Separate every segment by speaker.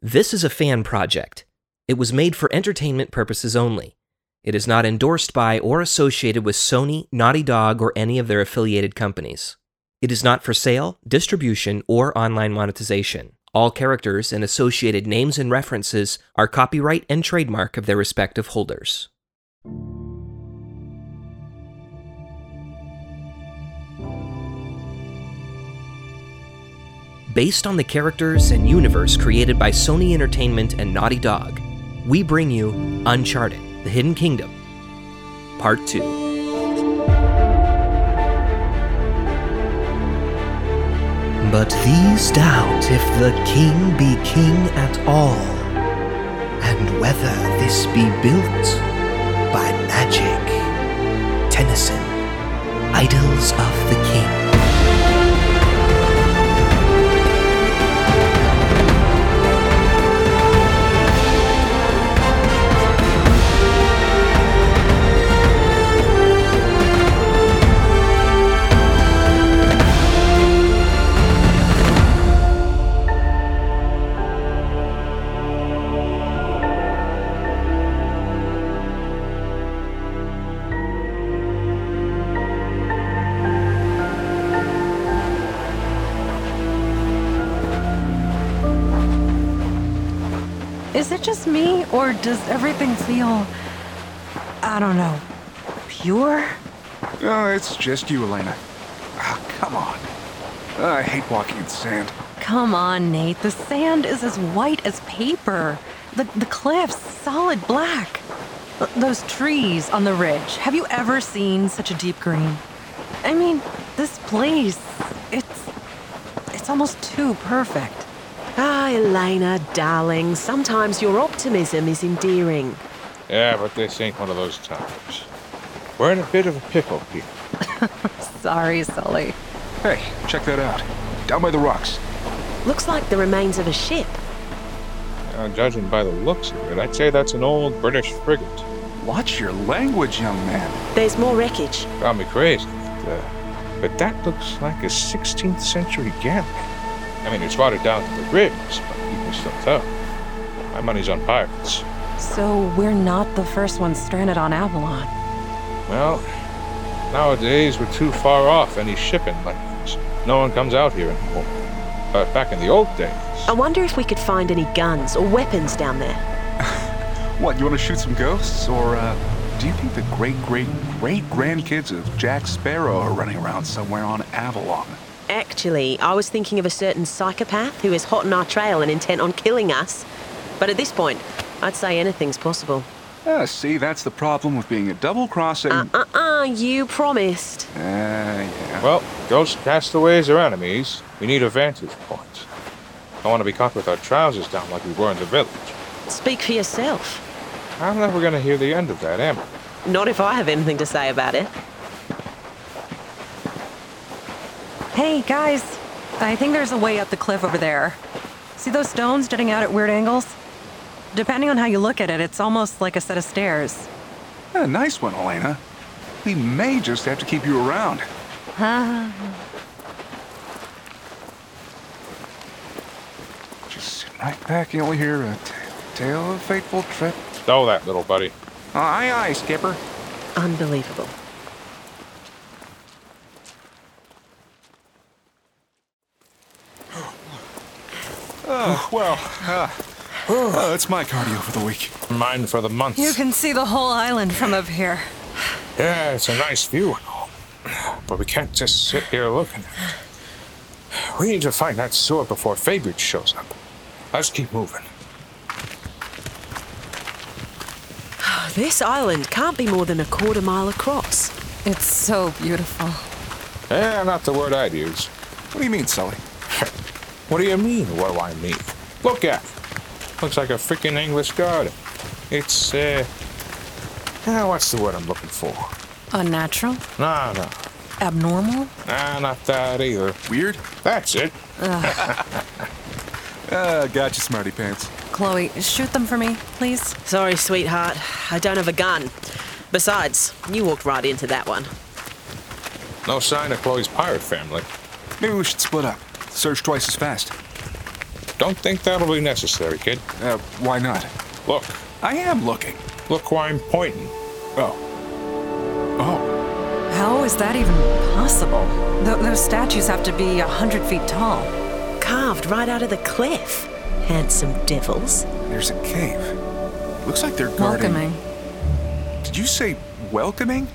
Speaker 1: This is a fan project. It was made for entertainment purposes only. It is not endorsed by or associated with Sony, Naughty Dog, or any of their affiliated companies. It is not for sale, distribution, or online monetization. All characters and associated names and references are copyright and trademark of their respective holders. Based on the characters and universe created by Sony Entertainment and Naughty Dog, we bring you Uncharted The Hidden Kingdom, Part 2. But these doubt if the king be king at all, and whether this be built by magic. Tennyson, Idols of the King.
Speaker 2: Is it just me, or does everything feel. I don't know. pure?
Speaker 3: Oh, it's just you, Elena. Ah, come on. I hate walking in sand.
Speaker 2: Come on, Nate. The sand is as white as paper. The, the cliffs, solid black. Th- Those trees on the ridge. Have you ever seen such a deep green? I mean, this place. It's. It's almost too perfect.
Speaker 4: Ah, Elena, darling, sometimes your optimism is endearing.
Speaker 5: Yeah, but this ain't one of those times. We're in a bit of a pickle, Pete.
Speaker 2: Sorry, Sully.
Speaker 3: Hey, check that out. Down by the rocks.
Speaker 4: Looks like the remains of a ship.
Speaker 5: Now, judging by the looks of it, I'd say that's an old British frigate.
Speaker 3: Watch your language, young man.
Speaker 4: There's more wreckage.
Speaker 5: Got me crazy. But, uh, but that looks like a 16th century galley. I mean, it's watered down to the ribs, but you can still tell. My money's on pirates.
Speaker 2: So we're not the first ones stranded on Avalon.
Speaker 5: Well, nowadays we're too far off any shipping like this. No one comes out here anymore. But back in the old days,
Speaker 4: I wonder if we could find any guns or weapons down there.
Speaker 3: What, you want to shoot some ghosts? Or, uh, do you think the great, great, great grandkids of Jack Sparrow are running around somewhere on Avalon?
Speaker 4: Actually, I was thinking of a certain psychopath who is hot on our trail and intent on killing us. But at this point, I'd say anything's possible.
Speaker 3: Ah, see, that's the problem with being a double crossing.
Speaker 4: Uh uh uh, you promised.
Speaker 3: Ah, yeah.
Speaker 5: Well, ghost castaways are enemies. We need a vantage point. Don't want to be caught with our trousers down like we were in the village.
Speaker 4: Speak for yourself.
Speaker 5: I'm never going to hear the end of that, am I?
Speaker 4: Not if I have anything to say about it.
Speaker 2: Hey, guys, I think there's a way up the cliff over there. See those stones jutting out at weird angles? Depending on how you look at it, it's almost like a set of stairs.
Speaker 3: Ah, nice one, Elena. We may just have to keep you around. Just sitting right back, you'll hear a t- tale of fateful trip. Uh,
Speaker 5: Stow that, little buddy.
Speaker 3: Aye, aye, Skipper.
Speaker 4: Unbelievable.
Speaker 3: Oh, well, uh, uh, that's my cardio for the week.
Speaker 5: Mine for the month.
Speaker 2: You can see the whole island from up here.
Speaker 5: Yeah, it's a nice view and all. But we can't just sit here looking at it. We need to find that sword before Fabridge shows up. Let's keep moving.
Speaker 4: This island can't be more than a quarter mile across.
Speaker 2: It's so beautiful.
Speaker 5: Yeah, not the word I'd use.
Speaker 3: What do you mean, Sully?
Speaker 5: What do you mean, what do I mean? Look at it. Looks like a freaking English garden. It's, uh. ah, what's the word I'm looking for?
Speaker 2: Unnatural?
Speaker 5: No, no.
Speaker 2: Abnormal?
Speaker 5: Nah, not that either.
Speaker 3: Weird?
Speaker 5: That's it.
Speaker 3: Uh, gotcha, smarty pants.
Speaker 2: Chloe, shoot them for me, please.
Speaker 4: Sorry, sweetheart. I don't have a gun. Besides, you walked right into that one.
Speaker 5: No sign of Chloe's pirate family.
Speaker 3: Maybe we should split up. Search twice as fast.
Speaker 5: Don't think that'll be necessary, kid.
Speaker 3: Uh, why not?
Speaker 5: Look,
Speaker 3: I am looking.
Speaker 5: look where I'm pointing.
Speaker 3: Oh. Oh.
Speaker 2: How is that even possible? Th- those statues have to be a hundred feet tall.
Speaker 4: Carved right out of the cliff. Handsome devils.
Speaker 3: There's a cave. Looks like they're guarding.
Speaker 2: Welcoming.
Speaker 3: Did you say welcoming?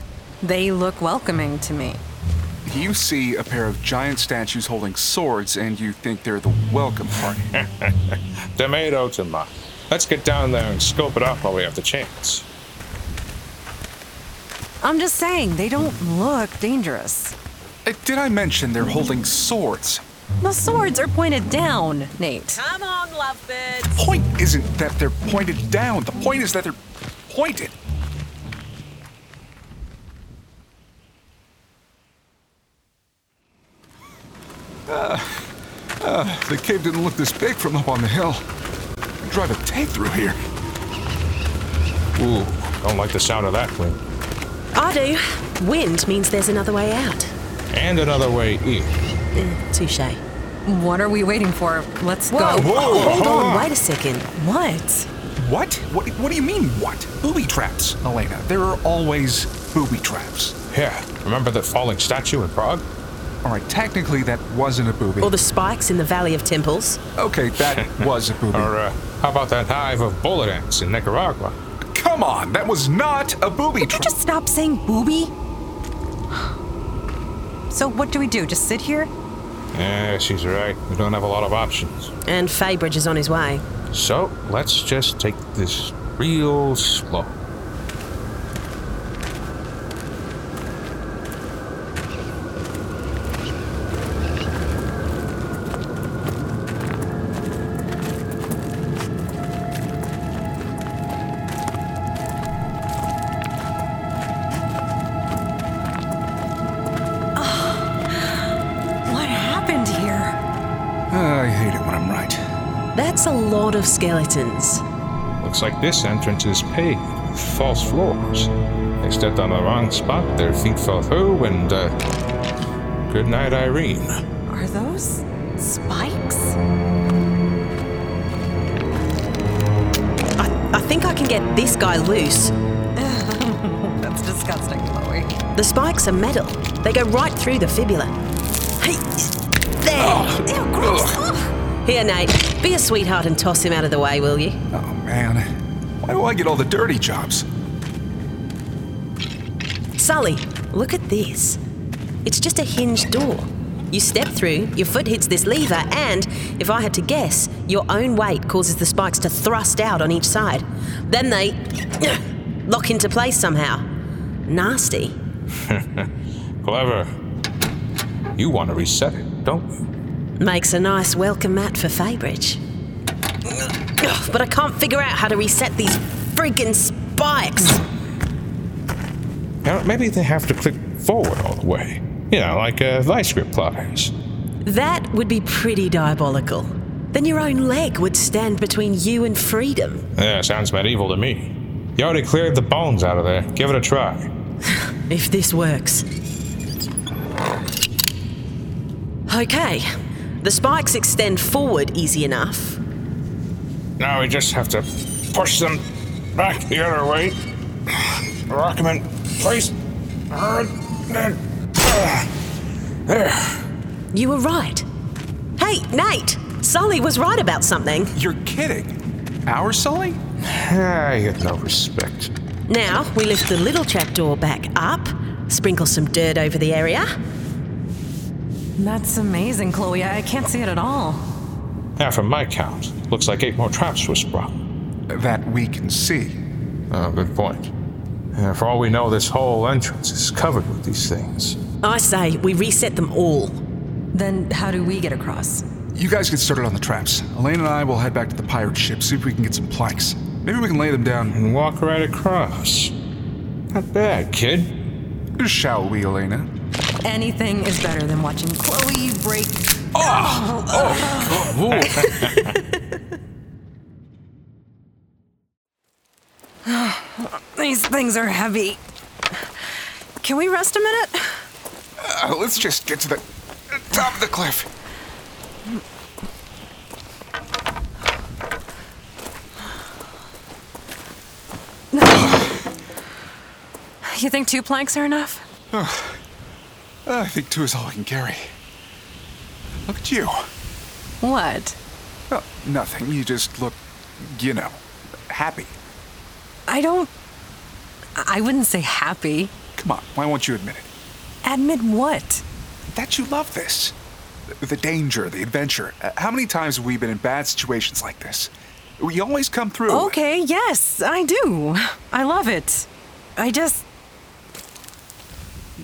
Speaker 2: They look welcoming to me.
Speaker 3: You see a pair of giant statues holding swords, and you think they're the welcome party. Uh,
Speaker 5: Tomato, tomato. Let's get down there and scope it out while we have the chance.
Speaker 2: I'm just saying, they don't look dangerous.
Speaker 3: Uh, Did I mention they're holding swords?
Speaker 2: The swords are pointed down, Nate.
Speaker 4: Come on, lovebirds.
Speaker 3: Point isn't that they're pointed down. The point is that they're pointed. Uh, uh, the cave didn't look this big from up on the hill. Drive a tank through here.
Speaker 5: Ooh, don't like the sound of that wind.
Speaker 4: I do. Wind means there's another way out.
Speaker 5: And another way in.
Speaker 4: Eh, Touche.
Speaker 2: What are we waiting for? Let's
Speaker 4: Whoa,
Speaker 2: go.
Speaker 4: hold
Speaker 5: hold
Speaker 4: on,
Speaker 5: on.
Speaker 4: wait a second.
Speaker 2: What?
Speaker 3: What? What? What do you mean? What? Booby traps, Elena. There are always booby traps.
Speaker 5: Yeah, remember that falling statue in Prague?
Speaker 3: All right, technically that wasn't a booby.
Speaker 4: Or the spikes in the Valley of Temples.
Speaker 3: Okay, that was a booby.
Speaker 5: Or uh, how about that hive of bullet ants in Nicaragua?
Speaker 3: Come on, that was not a booby
Speaker 2: Could you
Speaker 3: trap.
Speaker 2: just stop saying booby? So, what do we do? Just sit here?
Speaker 5: Yeah, she's right. We don't have a lot of options.
Speaker 4: And Faybridge is on his way.
Speaker 5: So let's just take this real slow.
Speaker 2: What happened here?
Speaker 3: I hate it when I'm right.
Speaker 4: That's a lot of skeletons.
Speaker 5: Looks like this entrance is paved with false floors. They stepped on the wrong spot, their feet fell through, and uh, good night, Irene.
Speaker 2: Are those spikes?
Speaker 4: I, I think I can get this guy loose.
Speaker 2: That's disgusting, Chloe.
Speaker 4: The spikes are metal. They go right through the fibula. Hey, there. Oh.
Speaker 2: Ew, gross. Ugh.
Speaker 4: Here, Nate. Be a sweetheart and toss him out of the way, will you?
Speaker 3: Oh man, why do I get all the dirty jobs?
Speaker 4: Sully, look at this. It's just a hinged door. You step through, your foot hits this lever, and if I had to guess, your own weight causes the spikes to thrust out on each side. Then they lock into place somehow. Nasty.
Speaker 5: Clever. You want to reset it, don't you?
Speaker 4: Makes a nice welcome mat for Faybridge. Ugh, But I can't figure out how to reset these friggin' spikes.
Speaker 5: Now, maybe they have to click forward all the way. You know, like uh, vice grip pliers.
Speaker 4: That would be pretty diabolical. Then your own leg would stand between you and freedom.
Speaker 5: Yeah, sounds medieval to me. You already cleared the bones out of there. Give it a try.
Speaker 4: If this works. Okay. The spikes extend forward easy enough.
Speaker 5: Now we just have to push them back the other way. Rock them in place. Hard. There.
Speaker 4: You were right. Hey, Nate! Sully was right about something.
Speaker 3: You're kidding. Our Sully?
Speaker 5: I Ah, get no respect.
Speaker 4: Now we lift the little trapdoor back up, sprinkle some dirt over the area.
Speaker 2: That's amazing, Chloe. I I can't see it at all.
Speaker 5: Now, from my count, looks like eight more traps were sprung.
Speaker 3: That we can see.
Speaker 5: Oh, good point. Yeah, for all we know, this whole entrance is covered with these things.
Speaker 4: I say we reset them all.
Speaker 2: Then, how do we get across?
Speaker 3: You guys get started on the traps. Elaine and I will head back to the pirate ship, see if we can get some planks. Maybe we can lay them down.
Speaker 5: And walk right across. Not bad, kid.
Speaker 3: Shall we, Elena?
Speaker 2: Anything is better than watching Chloe break. These things are heavy. Can we rest a minute?
Speaker 3: Uh, let's just get to the top of the cliff.
Speaker 2: You think two planks are enough?
Speaker 3: I think two is all I can carry. Look at you.
Speaker 2: What?
Speaker 3: Oh, nothing. You just look, you know, happy.
Speaker 2: I don't. I wouldn't say happy.
Speaker 3: Come on, why won't you admit it?
Speaker 2: Admit what?
Speaker 3: That you love this. The danger, the adventure. Uh, How many times have we been in bad situations like this? We always come through.
Speaker 2: Okay, yes, I do. I love it. I just.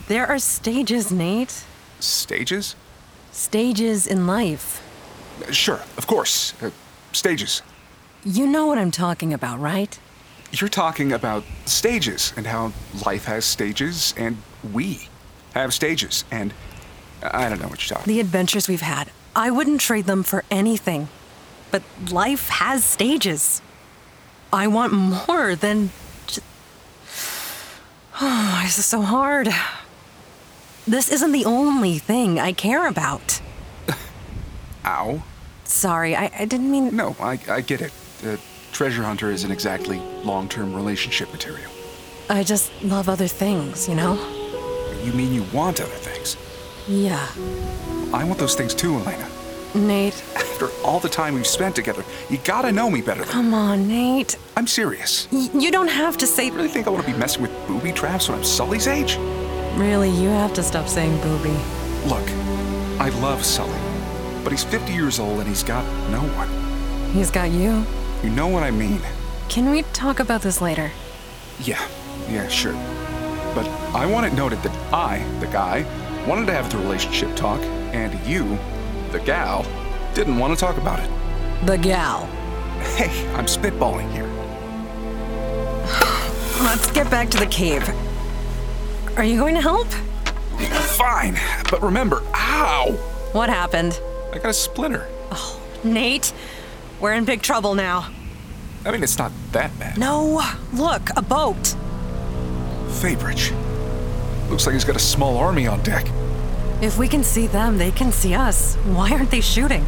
Speaker 2: There are stages, Nate.
Speaker 3: Stages?
Speaker 2: Stages in life.
Speaker 3: Uh, Sure, of course. Uh, stages.
Speaker 2: You know what I'm talking about, right?
Speaker 3: You're talking about stages and how life has stages, and we have stages, and I don't know what you're talking
Speaker 2: The adventures we've had, I wouldn't trade them for anything. But life has stages. I want more than. ju- Oh, this is so hard. This isn't the only thing I care about.
Speaker 3: Ow.
Speaker 2: Sorry, I, I didn't mean.
Speaker 3: No, I, I get it. Uh, treasure hunter isn't exactly long term relationship material.
Speaker 2: I just love other things, you know?
Speaker 3: You mean you want other things?
Speaker 2: Yeah.
Speaker 3: I want those things too, Elena.
Speaker 2: Nate,
Speaker 3: After all the time we've spent together, you gotta know me better than
Speaker 2: come on, Nate.
Speaker 3: I'm serious.
Speaker 2: Y- you don't have to say.
Speaker 3: You really think I wanna be messing with booby traps when I'm Sully's age?
Speaker 2: Really, you have to stop saying booby.
Speaker 3: Look, I love Sully, but he's 50 years old and he's got no one.
Speaker 2: He's got you.
Speaker 3: You know what I mean?
Speaker 2: Can we talk about this later?
Speaker 3: Yeah, yeah, sure. But I want it noted that I, the guy, wanted to have the relationship talk, and you, the gal, didn't want to talk about it.
Speaker 2: The gal.
Speaker 3: Hey, I'm spitballing here.
Speaker 2: Let's get back to the cave. Are you going to help?
Speaker 3: Fine, but remember, ow!
Speaker 2: What happened?
Speaker 3: I got a splinter.
Speaker 2: Nate, we're in big trouble now.
Speaker 3: I mean, it's not that bad.
Speaker 2: No, look, a boat.
Speaker 3: Fabridge. Looks like he's got a small army on deck.
Speaker 2: If we can see them, they can see us. Why aren't they shooting?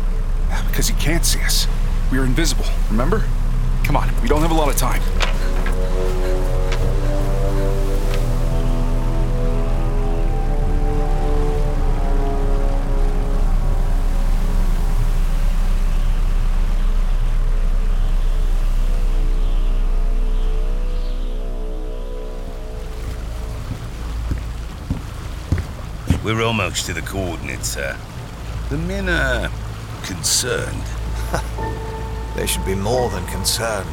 Speaker 3: Because he can't see us. We are invisible, remember? Come on, we don't have a lot of time.
Speaker 6: We're almost to the coordinates, sir. The men are concerned.
Speaker 7: They should be more than concerned.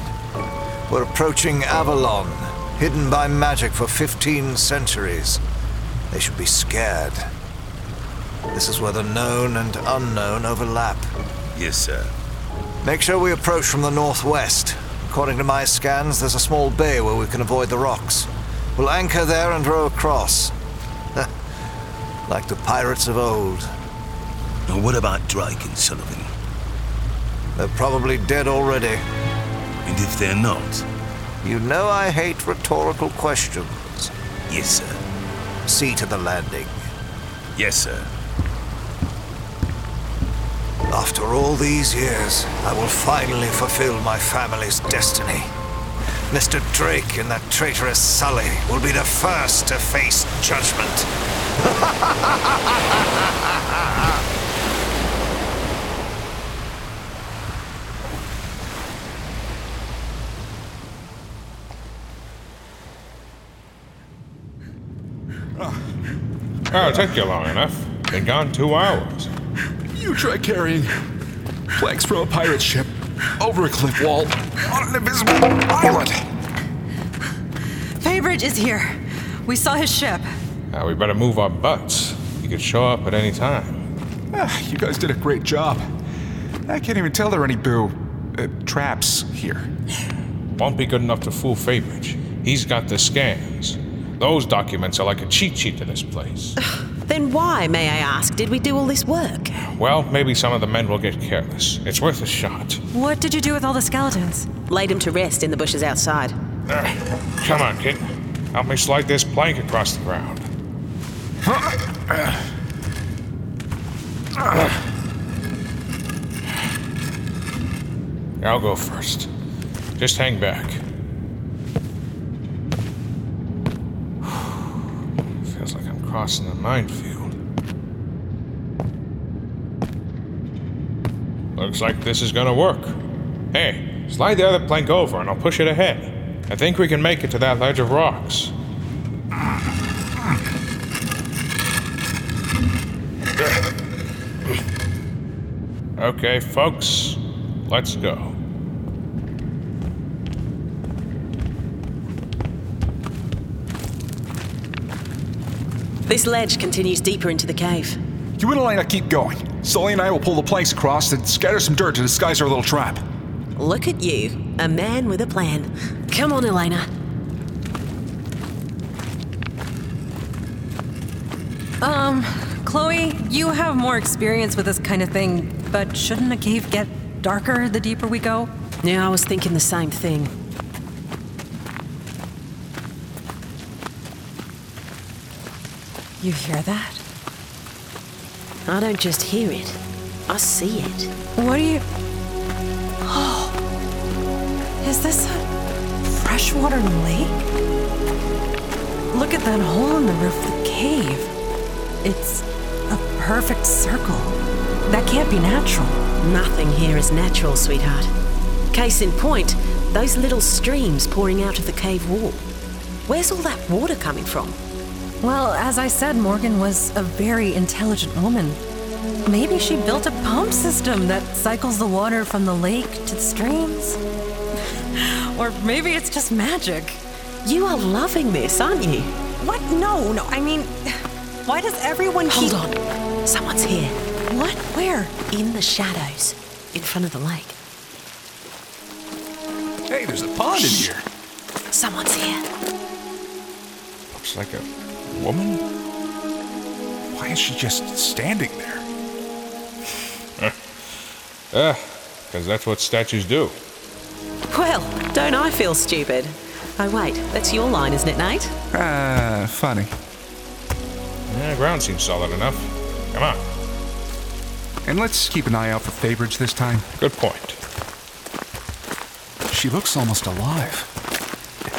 Speaker 7: We're approaching Avalon, hidden by magic for 15 centuries. They should be scared. This is where the known and unknown overlap.
Speaker 6: Yes, sir.
Speaker 7: Make sure we approach from the northwest. According to my scans, there's a small bay where we can avoid the rocks. We'll anchor there and row across. like the pirates of old.
Speaker 6: Now, what about Drake and Sullivan?
Speaker 7: They're probably dead already.
Speaker 6: And if they're not,
Speaker 7: You know I hate rhetorical questions.
Speaker 6: yes, sir.
Speaker 7: See to the landing.
Speaker 6: Yes, sir.
Speaker 7: After all these years, I will finally fulfill my family's destiny. Mr. Drake and that traitorous Sully will be the first to face judgment.
Speaker 5: Oh, it took you long enough. Been gone two hours.
Speaker 3: You try carrying planks from a pirate ship over a cliff wall on an invisible island.
Speaker 2: Faybridge is here. We saw his ship.
Speaker 5: Now we better move our butts. He could show up at any time.
Speaker 3: Ah, you guys did a great job. I can't even tell there are any boo uh, traps here.
Speaker 5: Won't be good enough to fool Fabridge. He's got the scans. Those documents are like a cheat sheet to this place.
Speaker 4: Then why, may I ask, did we do all this work?
Speaker 5: Well, maybe some of the men will get careless. It's worth a shot.
Speaker 2: What did you do with all the skeletons?
Speaker 4: Laid him to rest in the bushes outside.
Speaker 5: Ah, Come on, kid. Help me slide this plank across the ground. I'll go first. Just hang back. crossing a minefield. Looks like this is gonna work. Hey, slide the other plank over and I'll push it ahead. I think we can make it to that ledge of rocks. Okay, folks, let's go.
Speaker 4: This ledge continues deeper into the cave.
Speaker 3: You and Elena keep going. Sully and I will pull the planks across and scatter some dirt to disguise our little trap.
Speaker 4: Look at you, a man with a plan. Come on, Elena.
Speaker 2: Um, Chloe, you have more experience with this kind of thing, but shouldn't a cave get darker the deeper we go?
Speaker 4: Yeah, I was thinking the same thing.
Speaker 2: You hear that?
Speaker 4: I don't just hear it, I see it.
Speaker 2: What do you. Oh. Is this a freshwater lake? Look at that hole in the roof of the cave. It's a perfect circle. That can't be natural.
Speaker 4: Nothing here is natural, sweetheart. Case in point, those little streams pouring out of the cave wall. Where's all that water coming from?
Speaker 2: Well, as I said, Morgan was a very intelligent woman. Maybe she built a pump system that cycles the water from the lake to the streams. or maybe it's just magic.
Speaker 4: You are loving this, aren't you?
Speaker 2: What? No, no. I mean, why does everyone
Speaker 4: Hold
Speaker 2: keep.
Speaker 4: on. Someone's here.
Speaker 2: What? Where?
Speaker 4: In the shadows, in front of the lake.
Speaker 3: Hey, there's a pond in here.
Speaker 4: Someone's here.
Speaker 5: Looks like a woman?
Speaker 3: Why is she just standing there?
Speaker 5: Ugh, because that's what statues do.
Speaker 4: Well, don't I feel stupid? Oh, wait, that's your line, isn't it, Nate?
Speaker 3: Ah, funny.
Speaker 5: Yeah, the ground seems solid enough. Come on.
Speaker 3: And let's keep an eye out for Fabridge this time.
Speaker 5: Good point.
Speaker 3: She looks almost alive.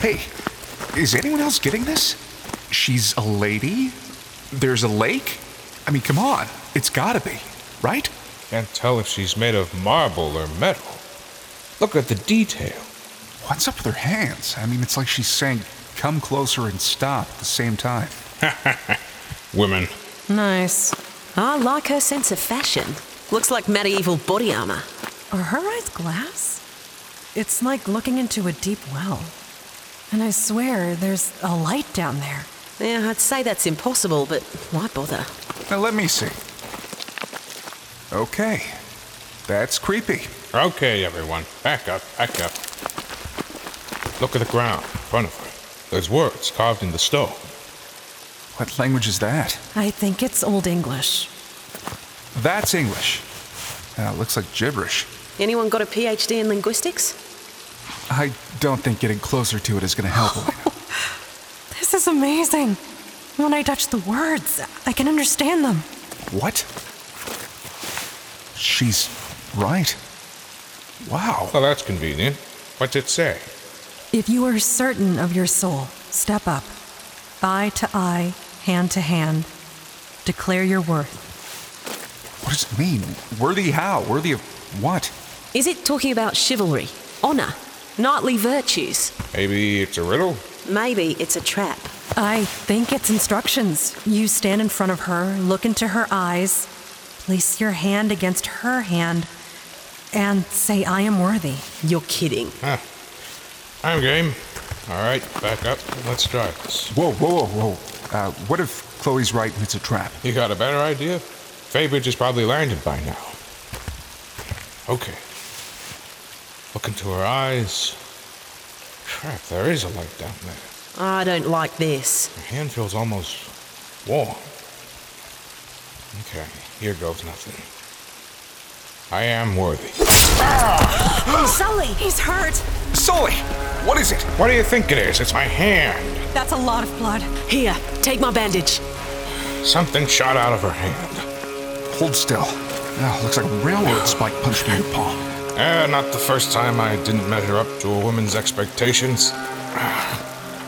Speaker 3: Hey, is anyone else getting this? She's a lady? There's a lake? I mean, come on. It's gotta be, right?
Speaker 5: Can't tell if she's made of marble or metal. Look at the detail.
Speaker 3: What's up with her hands? I mean, it's like she's saying, come closer and stop at the same time.
Speaker 5: Women.
Speaker 2: Nice.
Speaker 4: I like her sense of fashion. Looks like medieval body armour.
Speaker 2: Are her eyes glass? It's like looking into a deep well. And I swear there's a light down there.
Speaker 4: Yeah, I'd say that's impossible, but why bother?
Speaker 3: Now, let me see. Okay. That's creepy.
Speaker 5: Okay, everyone. Back up, back up. Look at the ground in front of her. There's words carved in the stone.
Speaker 3: What language is that?
Speaker 2: I think it's Old English.
Speaker 3: That's English. Uh, looks like gibberish.
Speaker 4: Anyone got a PhD in linguistics?
Speaker 3: I don't think getting closer to it is going to help. Elena.
Speaker 2: This is amazing. When I touch the words, I can understand them.
Speaker 3: what? She's right. Wow.
Speaker 5: Well, that's convenient. What's it say?
Speaker 2: If you are certain of your soul, step up. Eye to eye, hand to hand. Declare your worth.
Speaker 3: What does it mean? Worthy how? Worthy of what?
Speaker 4: Is it talking about chivalry, honour, knightly virtues?
Speaker 5: Maybe it's a riddle?
Speaker 4: Maybe it's a trap.
Speaker 2: I think it's instructions. You stand in front of her, look into her eyes, place your hand against her hand, and say, I am worthy.
Speaker 4: You're kidding.
Speaker 5: Huh. I'm game. All right, back up. Let's try this.
Speaker 3: Whoa, whoa, whoa, whoa. Uh, what if Chloe's right and it's a trap?
Speaker 5: You got a better idea? Fabridge is probably landed by now. Okay. Look into her eyes. Crap, there is a light down there.
Speaker 4: I don't like this.
Speaker 5: My hand feels almost warm. Okay, here goes nothing. I am worthy.
Speaker 2: Sully! He's hurt!
Speaker 3: Sully! What is it?
Speaker 5: What do you think it is? It's my hand.
Speaker 2: That's a lot of blood.
Speaker 4: Here, take my bandage.
Speaker 5: Something shot out of her hand.
Speaker 3: Hold still. Oh, looks like a railroad spike punched me in the palm.
Speaker 5: Eh, not the first time I didn't measure up to a woman's expectations.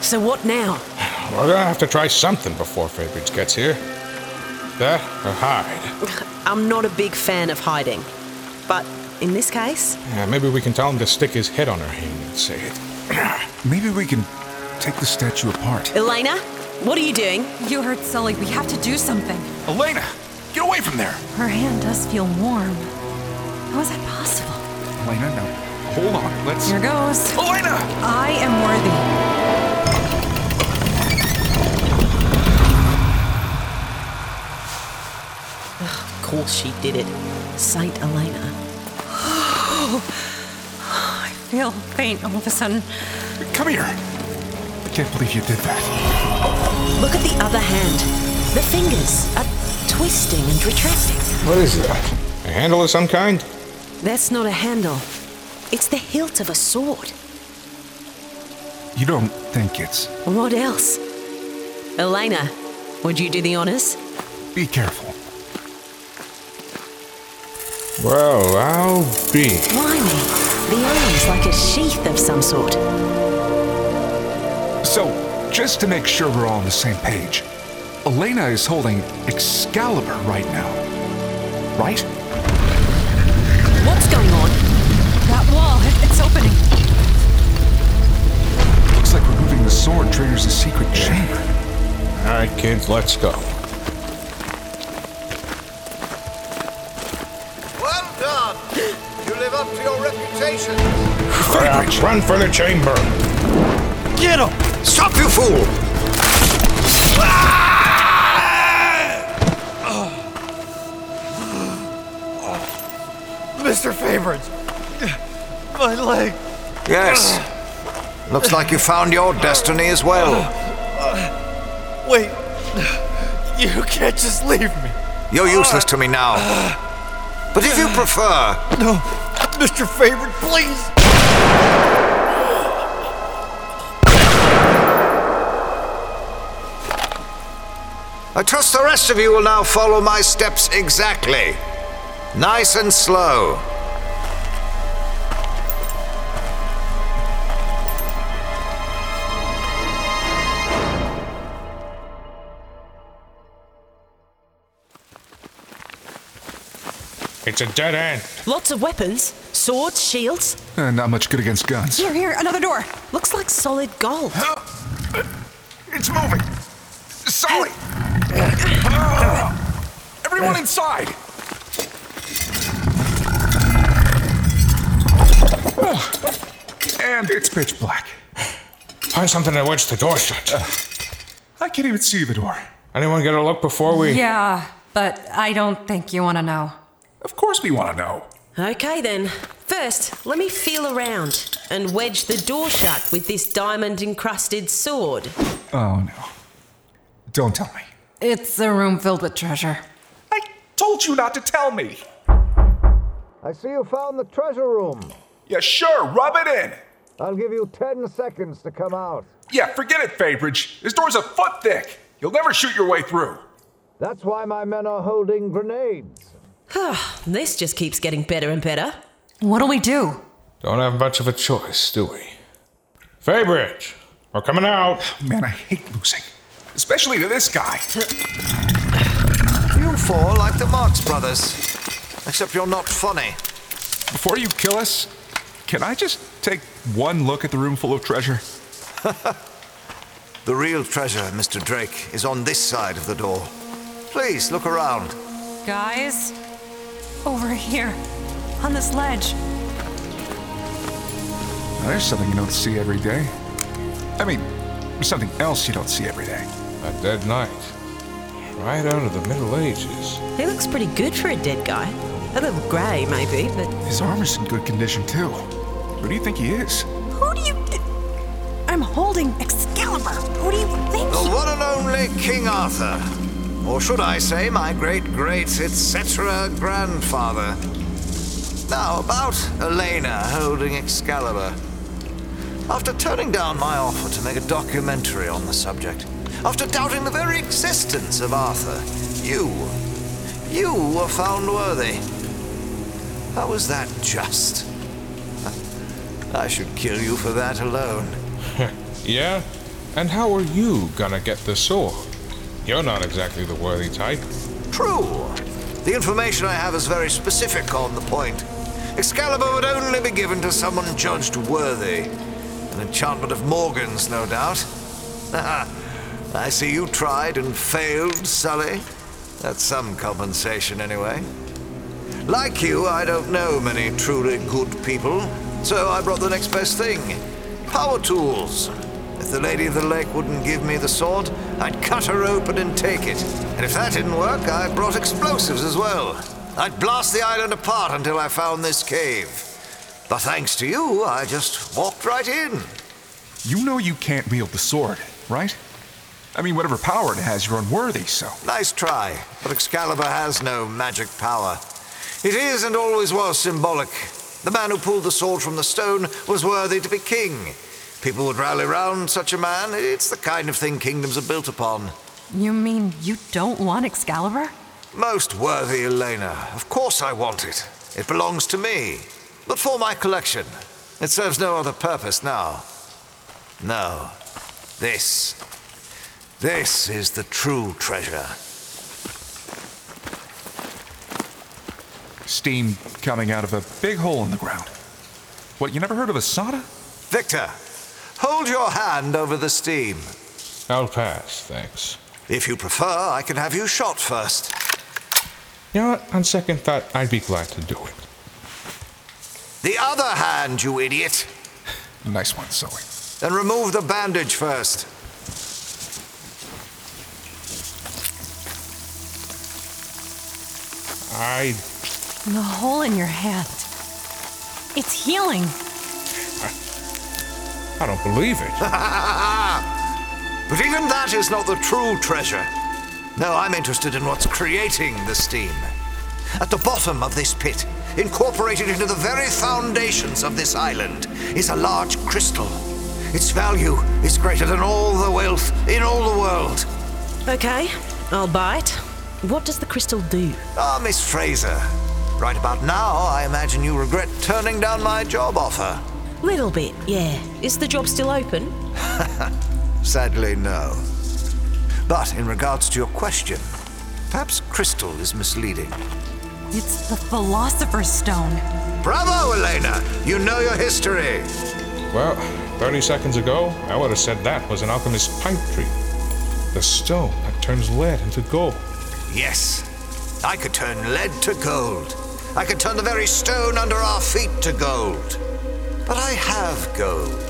Speaker 4: So what now?
Speaker 5: We're gonna have to try something before Fabridge gets here. That or hide.
Speaker 4: I'm not a big fan of hiding. But in this case,
Speaker 5: Yeah, maybe we can tell him to stick his head on her hand and say it.
Speaker 3: Maybe we can take the statue apart.
Speaker 4: Elena, what are you doing?
Speaker 2: You heard Sully. We have to do something.
Speaker 3: Elena, get away from there.
Speaker 2: Her hand does feel warm. How is that possible?
Speaker 3: Elena, no. Hold on. Let's.
Speaker 2: Here goes.
Speaker 3: Elena!
Speaker 2: I am worthy.
Speaker 4: Of course she did it. Saint Elena.
Speaker 2: I feel faint all of a sudden.
Speaker 3: Come here. I can't believe you did that.
Speaker 4: Look at the other hand. The fingers are twisting and retracting.
Speaker 5: What is that? A handle of some kind?
Speaker 4: That's not a handle. It's the hilt of a sword.
Speaker 3: You don't think it's.
Speaker 4: What else? Elena, would you do the honors?
Speaker 3: Be careful.
Speaker 5: Well, I'll be.
Speaker 4: Blimey, the arm's like a sheath of some sort.
Speaker 3: So, just to make sure we're all on the same page, Elena is holding Excalibur right now. Right?
Speaker 4: What's going on?
Speaker 2: That wall, it- it's opening.
Speaker 3: Looks like removing the sword triggers a secret chamber.
Speaker 5: Alright, kids, let's go.
Speaker 7: Well done! You live up to your reputation!
Speaker 5: Crouch, Uh, run for the chamber!
Speaker 7: Get up! Stop, you fool!
Speaker 8: Ah! Mr. Favorites! My leg!
Speaker 7: Yes. Looks like you found your destiny as well.
Speaker 8: Ah! Wait! You can't just leave me!
Speaker 7: You're useless to me now. But if you prefer,
Speaker 8: No! Mr. Favorite, please!
Speaker 7: I trust the rest of you will now follow my steps exactly. Nice and slow.
Speaker 5: It's a dead end.
Speaker 4: Lots of weapons, swords, shields.
Speaker 3: Uh, not much good against guns.
Speaker 2: Here, here, another door.
Speaker 4: Looks like solid gold.
Speaker 3: It's moving! Sully! Ah. Everyone inside! And it's pitch black.
Speaker 5: Find something to wedge the door shut.
Speaker 3: I can't even see the door.
Speaker 5: Anyone get a look before we.
Speaker 2: Yeah, but I don't think you want to know.
Speaker 3: Of course we want to know.
Speaker 4: Okay then. First, let me feel around and wedge the door shut with this diamond encrusted sword.
Speaker 3: Oh no. Don't tell me.
Speaker 2: It's a room filled with treasure.
Speaker 3: I told you not to tell me.
Speaker 7: I see you found the treasure room.
Speaker 3: Yeah, sure, rub it in.
Speaker 7: I'll give you 10 seconds to come out.
Speaker 3: Yeah, forget it, Fabridge. This door's a foot thick. You'll never shoot your way through.
Speaker 7: That's why my men are holding grenades.
Speaker 4: This just keeps getting better and better.
Speaker 2: What do we do?
Speaker 5: Don't have much of a choice, do we? Fabridge, we're coming out.
Speaker 3: Man, I hate losing. Especially to this guy.
Speaker 7: You four like the Marx brothers. Except you're not funny.
Speaker 3: Before you kill us, can I just take one look at the room full of treasure?
Speaker 7: The real treasure, Mr. Drake, is on this side of the door. Please look around.
Speaker 2: Guys, over here, on this ledge.
Speaker 3: There's something you don't see every day. I mean, something else you don't see every day.
Speaker 5: A dead knight. Right out of the Middle Ages.
Speaker 4: He looks pretty good for a dead guy. A little grey, maybe, but
Speaker 3: His armor's in good condition, too. Who do you think he is?
Speaker 2: Who do you. Th- I'm holding Excalibur. Who do you think?
Speaker 7: The
Speaker 2: he-
Speaker 7: one and only King Arthur. Or should I say, my great great etc. grandfather. Now, about Elena holding Excalibur. After turning down my offer to make a documentary on the subject, after doubting the very existence of Arthur, you. you were found worthy. How was that just? I should kill you for that alone.
Speaker 5: Yeah? And how are you gonna get the sword? You're not exactly the worthy type.
Speaker 7: True. The information I have is very specific on the point. Excalibur would only be given to someone judged worthy. An enchantment of Morgan's, no doubt. I see you tried and failed, Sully. That's some compensation, anyway. Like you, I don't know many truly good people, so I brought the next best thing power tools. If the Lady of the Lake wouldn't give me the sword, I'd cut her open and take it. And if that didn't work, I brought explosives as well. I'd blast the island apart until I found this cave. But thanks to you, I just walked right in.
Speaker 3: You know you can't wield the sword, right? I mean, whatever power it has, you're unworthy, so.
Speaker 7: Nice try, but Excalibur has no magic power. It is and always was symbolic. The man who pulled the sword from the stone was worthy to be king. People would rally round such a man. It's the kind of thing kingdoms are built upon.
Speaker 2: You mean you don't want Excalibur?
Speaker 7: Most worthy Elena. Of course I want it. It belongs to me. But for my collection. It serves no other purpose now. No. This. This is the true treasure.
Speaker 3: Steam coming out of a big hole in the ground. What, you never heard of a sauna?
Speaker 7: Victor, hold your hand over the steam.
Speaker 5: I'll pass, thanks.
Speaker 7: If you prefer, I can have you shot first.
Speaker 5: You know what? On second thought, I'd be glad to do it.
Speaker 7: The other hand, you idiot!
Speaker 3: Nice one, Sully.
Speaker 7: And remove the bandage first.
Speaker 5: I.
Speaker 2: The hole in your hand. It's healing.
Speaker 5: I don't believe it.
Speaker 7: But even that is not the true treasure. No, I'm interested in what's creating the steam. At the bottom of this pit, incorporated into the very foundations of this island, is a large crystal. Its value is greater than all the wealth in all the world.
Speaker 4: Okay, I'll buy it. What does the crystal do?
Speaker 7: Ah, Miss Fraser. Right about now, I imagine you regret turning down my job offer.
Speaker 4: Little bit, yeah. Is the job still open?
Speaker 7: Sadly, no. But in regards to your question, perhaps crystal is misleading.
Speaker 2: It's the Philosopher's Stone.
Speaker 7: Bravo, Elena! You know your history!
Speaker 5: Well, 30 seconds ago, I would have said that was an alchemist's pipe dream. The stone that turns lead into gold.
Speaker 7: Yes, I could turn lead to gold. I could turn the very stone under our feet to gold. But I have gold.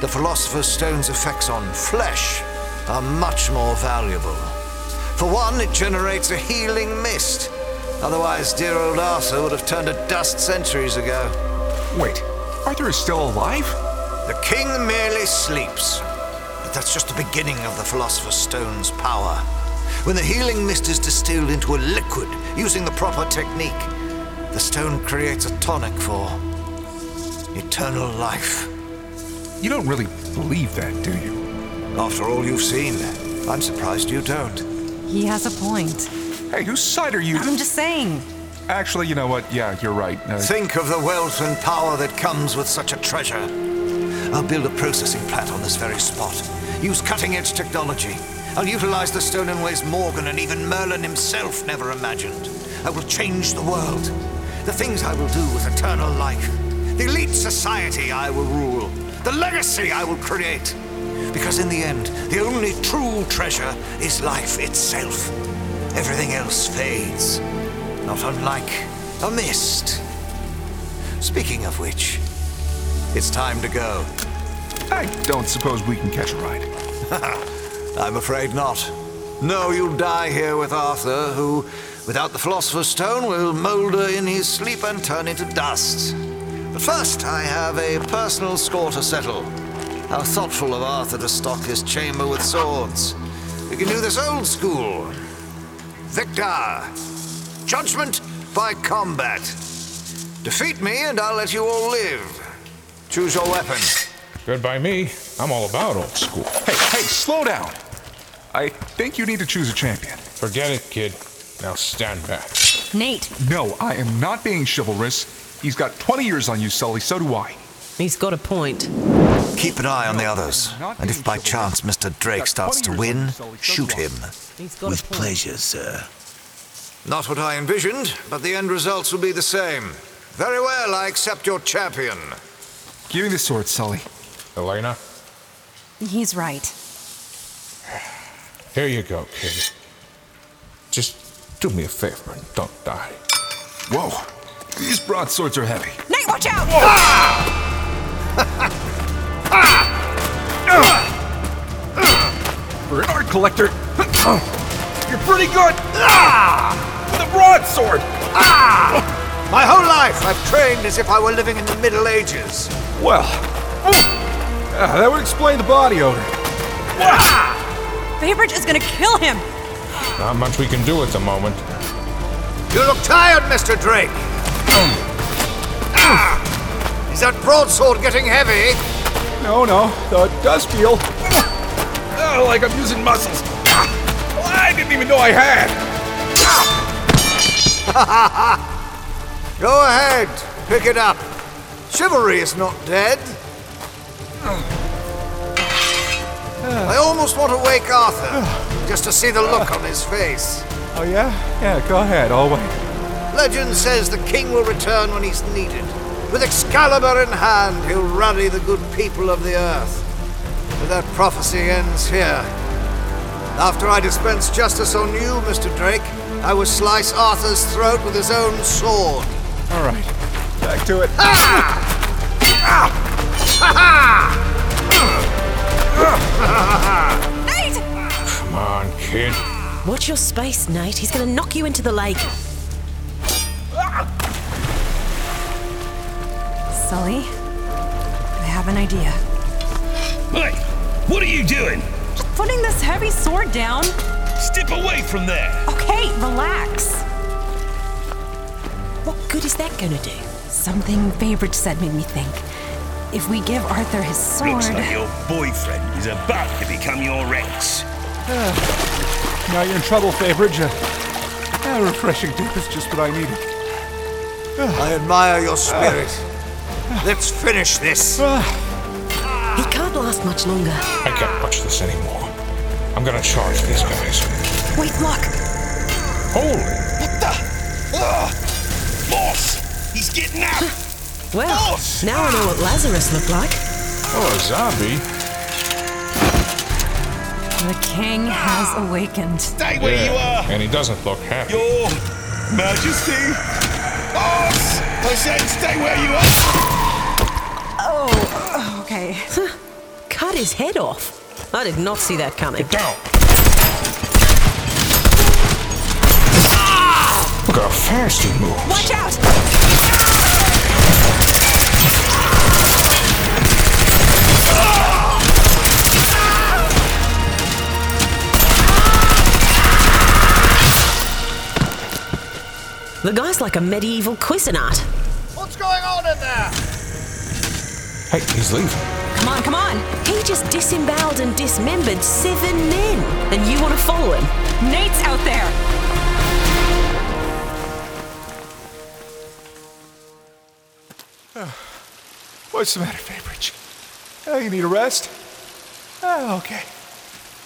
Speaker 7: The Philosopher's Stone's effects on flesh are much more valuable. For one, it generates a healing mist. Otherwise, dear old Arthur would have turned to dust centuries ago.
Speaker 3: Wait, Arthur is still alive?
Speaker 7: The king merely sleeps. But that's just the beginning of the Philosopher's Stone's power. When the healing mist is distilled into a liquid using the proper technique, the stone creates a tonic for eternal life.
Speaker 3: You don't really believe that, do you?
Speaker 7: After all you've seen, I'm surprised you don't.
Speaker 2: He has a point.
Speaker 3: Hey, whose side are you?
Speaker 2: I'm just saying.
Speaker 3: Actually, you know what? Yeah, you're right. Uh,
Speaker 7: Think of the wealth and power that comes with such a treasure. I'll build a processing plant on this very spot. Use cutting edge technology. I'll utilize the stone in ways Morgan and even Merlin himself never imagined. I will change the world. The things I will do with eternal life. The elite society I will rule. The legacy I will create. Because in the end, the only true treasure is life itself. Everything else fades not unlike a mist. Speaking of which, it's time to go.
Speaker 3: I don't suppose we can catch a ride.
Speaker 7: I'm afraid not. No, you'll die here with Arthur, who, without the Philosopher's Stone, will moulder in his sleep and turn into dust. But first, I have a personal score to settle. How thoughtful of Arthur to stock his chamber with swords. We can do this old school. Victor, judgment by combat. Defeat me, and I'll let you all live. Choose your weapon.
Speaker 5: Good by me. I'm all about old school.
Speaker 3: Hey, hey, slow down! I think you need to choose a champion.
Speaker 5: Forget it, kid. Now stand back.
Speaker 2: Nate,
Speaker 3: No, I am not being chivalrous. He's got 20 years on you, Sully, so do I.
Speaker 4: He's got a point.
Speaker 7: Keep an eye on the others, and if by chance Mr. Drake starts to win, shoot him.
Speaker 4: He's got
Speaker 6: With
Speaker 4: a point.
Speaker 6: pleasure, sir.
Speaker 7: Not what I envisioned, but the end results will be the same. Very well, I accept your champion.
Speaker 3: Give me the sword, Sully.
Speaker 5: Elena,
Speaker 2: He's right.
Speaker 5: here you go, kid. Just do me a favor and don't die.
Speaker 3: Whoa, these broadswords are heavy.
Speaker 2: Nate, watch out!
Speaker 3: For an art Ah! collector, you're pretty good. Ah! With a broadsword.
Speaker 7: My whole life I've trained as if I were living in the Middle Ages.
Speaker 3: Well, ah, that would explain the body odor.
Speaker 2: Favourite is gonna kill him!
Speaker 5: Not much we can do at the moment.
Speaker 7: You look tired, Mr. Drake. Hmm. Ah! Is that broadsword getting heavy?
Speaker 3: No, no, the does feel ah, like I'm using muscles. Ah, I didn't even know I had.
Speaker 7: Go ahead, pick it up. Chivalry is not dead. I almost want to wake Arthur, just to see the look on his face.
Speaker 3: Oh yeah, yeah. Go ahead. I'll wait.
Speaker 7: Legend says the king will return when he's needed. With Excalibur in hand, he'll rally the good people of the earth. But that prophecy ends here. After I dispense justice on you, Mr. Drake, I will slice Arthur's throat with his own sword.
Speaker 3: All right, back to it. Ah!
Speaker 2: Nate!
Speaker 5: Come on, kid.
Speaker 4: Watch your space, Nate. He's going to knock you into the lake.
Speaker 2: Sully, I have an idea.
Speaker 6: Hey, what are you doing?
Speaker 2: Just putting this heavy sword down.
Speaker 6: Step away from there.
Speaker 2: Okay, relax.
Speaker 4: What good is that going to do?
Speaker 2: Something Favourite said made me think. If we give Arthur his sword.
Speaker 6: Looks like your boyfriend is about to become your ex.
Speaker 3: Now you're in trouble, Favourite. Uh, a refreshing dip is just what I needed.
Speaker 7: I admire your spirit. Let's finish this.
Speaker 4: He can't last much longer.
Speaker 5: I can't watch this anymore. I'm gonna charge these guys.
Speaker 2: Wait, look!
Speaker 5: Holy
Speaker 6: Boss, he's getting out.
Speaker 4: Well, now I know what Lazarus looked like.
Speaker 5: Oh, a zombie?
Speaker 2: The king has awakened.
Speaker 6: Stay where you are.
Speaker 5: And he doesn't look happy.
Speaker 6: Your Majesty. Boss, I said stay where you are.
Speaker 2: Oh, okay.
Speaker 4: Cut his head off. I did not see that coming.
Speaker 5: Down. Look how fast he moves.
Speaker 2: Watch out!
Speaker 4: The guy's like a medieval cuisinart.
Speaker 7: What's going on in there?
Speaker 5: Hey, he's leaving.
Speaker 2: Come on, come on!
Speaker 4: He just disemboweled and dismembered seven men, and you want to follow him?
Speaker 2: Nate's out there!
Speaker 3: What's the matter, Fabridge? Oh, you need a rest? Ah, okay.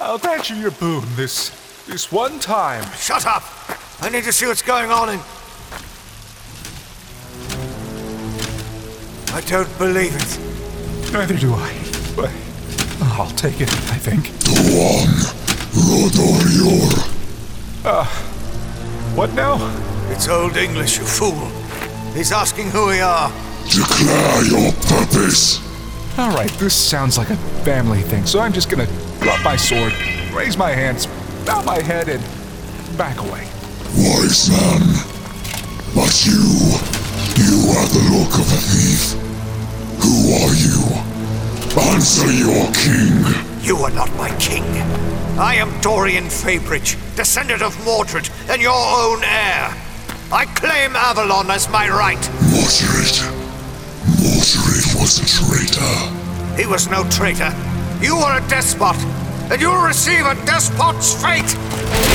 Speaker 3: I'll grant you your boon this this one time.
Speaker 7: Shut up! I need to see what's going on in. I don't believe it.
Speaker 3: Neither do I. But oh, I'll take it, I think. Uh, what now?
Speaker 7: It's Old English, you fool. He's asking who we are.
Speaker 9: Declare your purpose.
Speaker 3: Alright, this sounds like a family thing, so I'm just gonna drop my sword, raise my hands, bow my head, and back away.
Speaker 9: Wise man. But you, you have the look of a thief. Who are you? Answer your king.
Speaker 7: You are not my king. I am Dorian Fabridge, descendant of Mordred, and your own heir. I claim Avalon as my right.
Speaker 9: Mortarid. Mortarid was a traitor.
Speaker 7: He was no traitor. You are a despot, and you'll receive a despot's fate.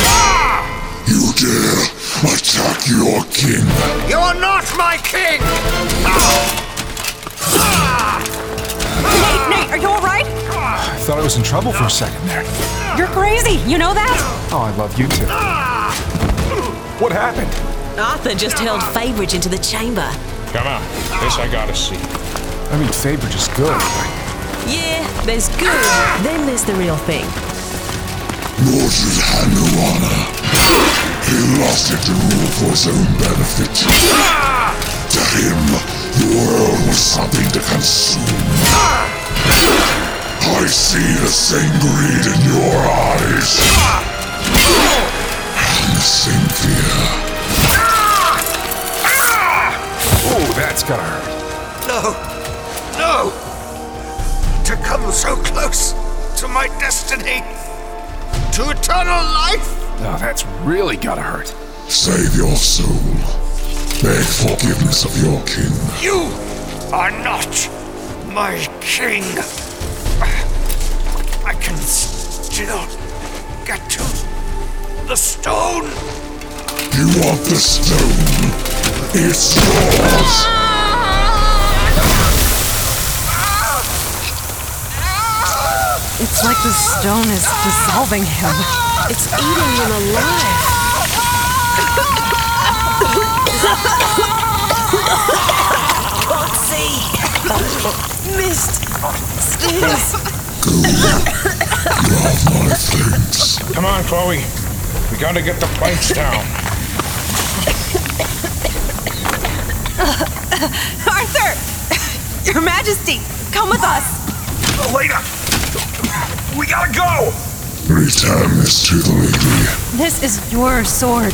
Speaker 7: Ah!
Speaker 9: You dare attack your king.
Speaker 7: You are not my king! Ah! Ah!
Speaker 3: thought I was in trouble for a second there.
Speaker 2: You're crazy, you know that?
Speaker 3: Oh, I love you too. What happened?
Speaker 4: Arthur just hurled Favoridge into the chamber.
Speaker 5: Come on. This I gotta see.
Speaker 3: I mean, Faber just good.
Speaker 4: Yeah, there's good. Then there's the real thing.
Speaker 9: Mordred had no honor. He lost it to rule for his own benefit. To him, the world was something to consume. I see the same greed in your eyes. And the same fear.
Speaker 3: Oh, that's gonna hurt.
Speaker 7: No! No! To come so close to my destiny! To eternal life!
Speaker 3: No, Oh, that's really gotta hurt.
Speaker 9: Save your soul. Beg forgiveness of your king.
Speaker 7: You are not my king! I can still get to the stone!
Speaker 9: You want the stone? It's yours!
Speaker 2: It's like the stone is dissolving him.
Speaker 4: It's eating him alive. Can't see. Missed. Stairs.
Speaker 9: My flames.
Speaker 5: Come on, Chloe. We gotta get the planks down.
Speaker 2: Arthur! Your Majesty, come with us!
Speaker 7: Oh,
Speaker 3: Elena! We gotta go!
Speaker 9: Return this to the lady.
Speaker 2: This is your sword.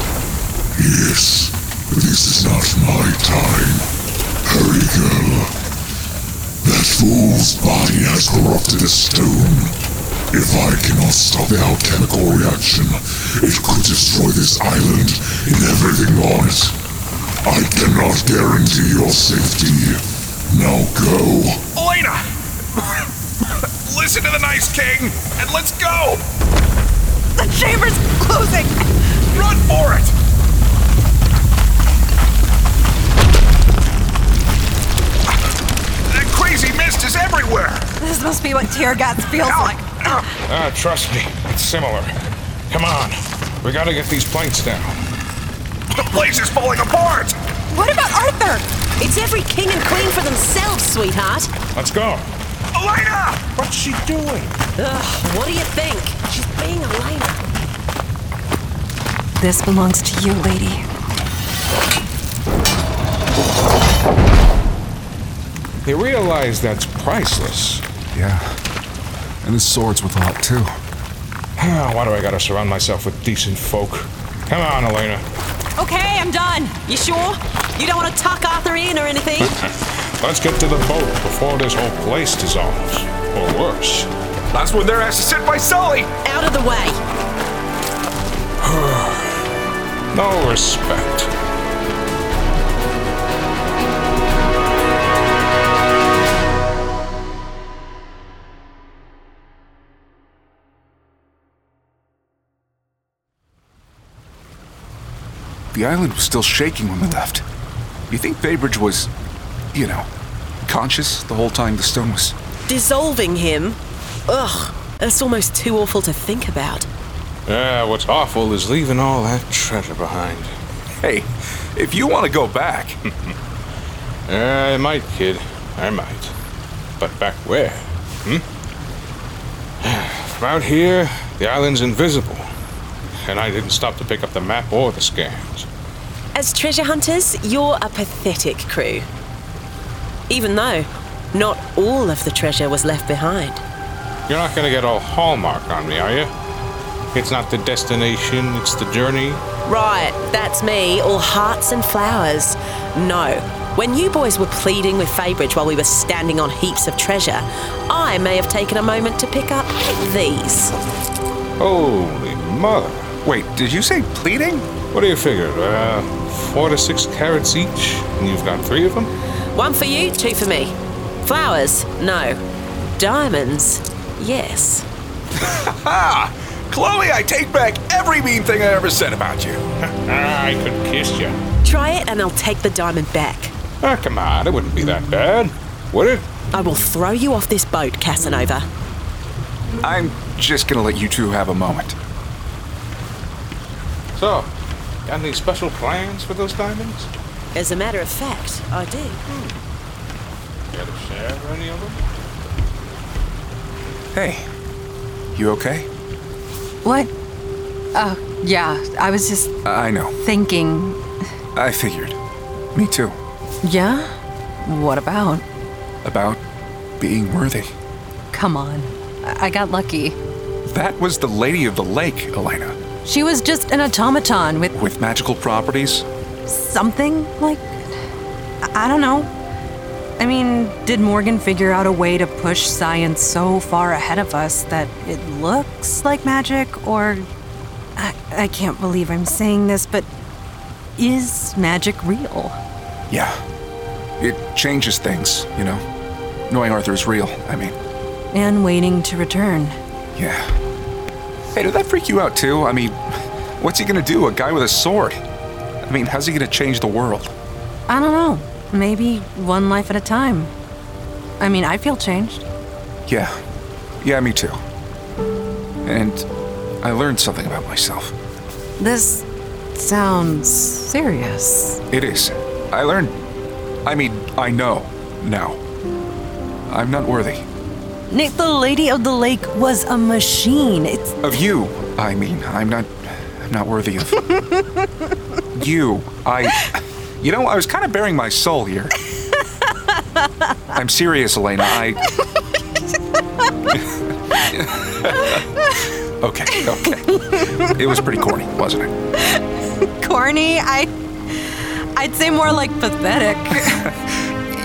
Speaker 9: Yes, this is not my time. Hurry, girl. That fool's body has corrupted a stone. If I cannot stop the alchemical reaction, it could destroy this island and everything on it. I cannot guarantee your safety. Now go.
Speaker 3: Elena! Listen to the nice king, and let's go!
Speaker 2: The chamber's closing!
Speaker 3: Run for it! That crazy mist is everywhere!
Speaker 2: This must be what tear gas feels like.
Speaker 5: Ah, trust me, it's similar. Come on. We gotta get these planks down.
Speaker 3: The place is falling apart!
Speaker 2: What about Arthur?
Speaker 4: It's every king and queen for themselves, sweetheart.
Speaker 5: Let's go.
Speaker 3: Elena!
Speaker 5: What's she doing?
Speaker 4: Ugh, what do you think? She's being Elena.
Speaker 2: This belongs to you, lady.
Speaker 5: They realize that's priceless.
Speaker 3: Yeah. And his sword's with a lot, too.
Speaker 5: Ah, Why do I gotta surround myself with decent folk? Come on, Elena.
Speaker 2: Okay, I'm done.
Speaker 4: You sure? You don't want to tuck Arthur in or anything?
Speaker 5: Let's get to the boat before this whole place dissolves. Or worse.
Speaker 3: Last one there has to sit by Sully!
Speaker 4: Out of the way.
Speaker 5: No respect.
Speaker 3: The island was still shaking when we left. You think Baybridge was, you know, conscious the whole time the stone was.
Speaker 4: Dissolving him? Ugh, that's almost too awful to think about.
Speaker 5: Yeah, Ah, what's awful is leaving all that treasure behind.
Speaker 3: Hey, if you want to go back,
Speaker 5: Yeah, Uh, I might, kid. I might. But back where? Hmm? From out here, the island's invisible. And I didn't stop to pick up the map or the scans.
Speaker 4: As treasure hunters, you're a pathetic crew. Even though not all of the treasure was left behind.
Speaker 5: You're not gonna get all hallmark on me, are you? It's not the destination, it's the journey.
Speaker 4: Right, that's me, all hearts and flowers. No. When you boys were pleading with Fabridge while we were standing on heaps of treasure, I may have taken a moment to pick up these.
Speaker 5: Holy mother!
Speaker 3: wait, did you say pleading?
Speaker 5: What do you figure? Uh, four to six carats each, and you've got three of them?
Speaker 4: One for you, two for me. Flowers? No. Diamonds? Yes.
Speaker 3: Ah! Chloe, I take back every mean thing I ever said about you.
Speaker 5: I could kiss you.
Speaker 4: Try it and I'll take the diamond back.
Speaker 5: Ah, come on, it wouldn't be that bad, would it?
Speaker 4: I will throw you off this boat, Casanova.
Speaker 3: I'm just gonna let you two have a moment.
Speaker 5: So, you got any special plans for those diamonds?
Speaker 4: As a matter of fact, I do.
Speaker 5: Care to share any of them?
Speaker 3: Hey, you okay?
Speaker 2: What? Oh, yeah, I was just
Speaker 3: I know.
Speaker 2: thinking.
Speaker 3: I figured. Me too.
Speaker 2: Yeah? What about?
Speaker 3: About being worthy.
Speaker 2: Come on. I I got lucky.
Speaker 3: That was the Lady of the Lake, Elena,
Speaker 2: She was just an automaton with
Speaker 3: with magical properties.
Speaker 2: something like. I I don't know. I mean, did Morgan figure out a way to push science so far ahead of us that it looks like magic? Or. I, I can't believe I'm saying this, but. Is magic real?
Speaker 3: Yeah. It changes things, you know? Knowing Arthur's real, I mean.
Speaker 2: And waiting to return.
Speaker 3: Yeah. Hey, did that freak you out too? I mean, what's he gonna do? A guy with a sword? I mean, how's he gonna change the world?
Speaker 2: I don't know. Maybe one life at a time. I mean, I feel changed.
Speaker 3: Yeah. Yeah, me too. And I learned something about myself.
Speaker 2: This sounds serious.
Speaker 3: It is. I learned. I mean, I know now. I'm not worthy.
Speaker 2: Nick, the Lady of the Lake was a machine. It's
Speaker 3: Of you, I mean, I'm not. I'm not worthy of. you, I. You know, I was kind of bearing my soul here. I'm serious, Elena. I. okay, okay. It was pretty corny, wasn't it?
Speaker 2: corny. I. I'd say more like pathetic.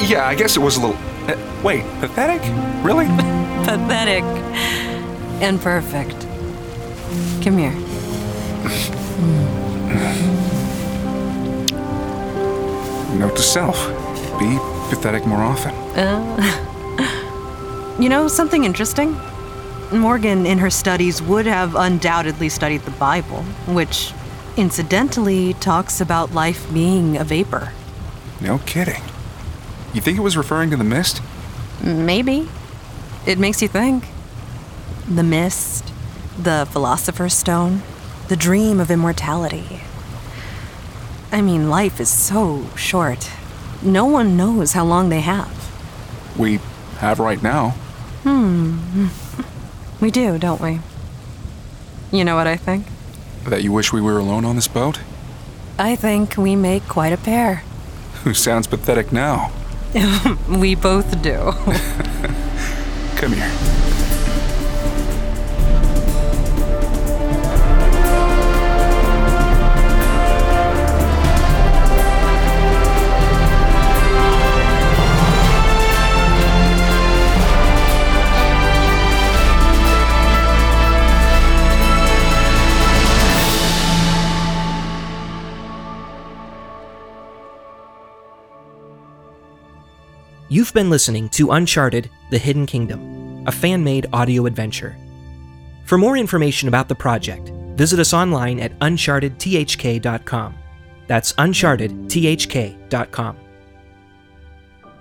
Speaker 3: Yeah, I guess it was a little. uh, wait, pathetic? Really?
Speaker 2: pathetic. And perfect. Come here.
Speaker 3: Note to self be pathetic more often.
Speaker 2: You know something interesting? Morgan, in her studies, would have undoubtedly studied the Bible, which incidentally talks about life being a vapor.
Speaker 3: No kidding. You think it was referring to the mist?
Speaker 2: Maybe. It makes you think. The mist, the philosopher's stone, the dream of immortality. I mean, life is so short. No one knows how long they have.
Speaker 3: We have right now.
Speaker 2: We do, don't we? You know what I think?
Speaker 3: That you wish we were alone on this boat?
Speaker 2: I think we make quite a pair.
Speaker 3: Who sounds pathetic now?
Speaker 2: We both do.
Speaker 3: Come here.
Speaker 1: You've been listening to Uncharted The Hidden Kingdom, a fan made audio adventure. For more information about the project, visit us online at unchartedthk.com. That's unchartedthk.com.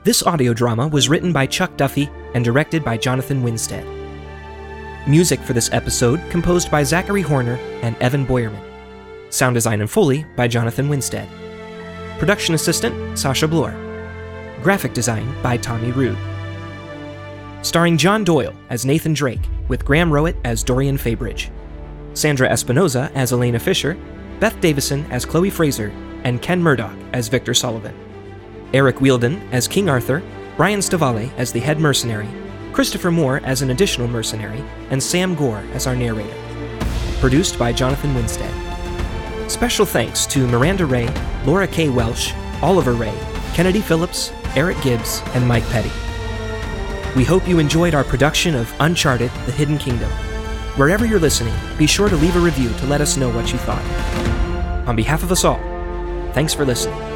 Speaker 1: This audio drama was written by Chuck Duffy and directed by Jonathan Winstead. Music for this episode composed by Zachary Horner and Evan Boyerman. Sound design and Foley by Jonathan Winstead. Production assistant Sasha Bloor graphic design by Tommy Rude. Starring John Doyle as Nathan Drake, with Graham Rowett as Dorian Fabridge, Sandra Espinoza as Elena Fisher, Beth Davison as Chloe Fraser, and Ken Murdoch as Victor Sullivan. Eric Wielden as King Arthur, Brian Stavale as the head mercenary, Christopher Moore as an additional mercenary, and Sam Gore as our narrator. Produced by Jonathan Winstead. Special thanks to Miranda Ray, Laura K. Welsh, Oliver Ray, Kennedy Phillips, Eric Gibbs, and Mike Petty. We hope you enjoyed our production of Uncharted The Hidden Kingdom. Wherever you're listening, be sure to leave a review to let us know what you thought. On behalf of us all, thanks for listening.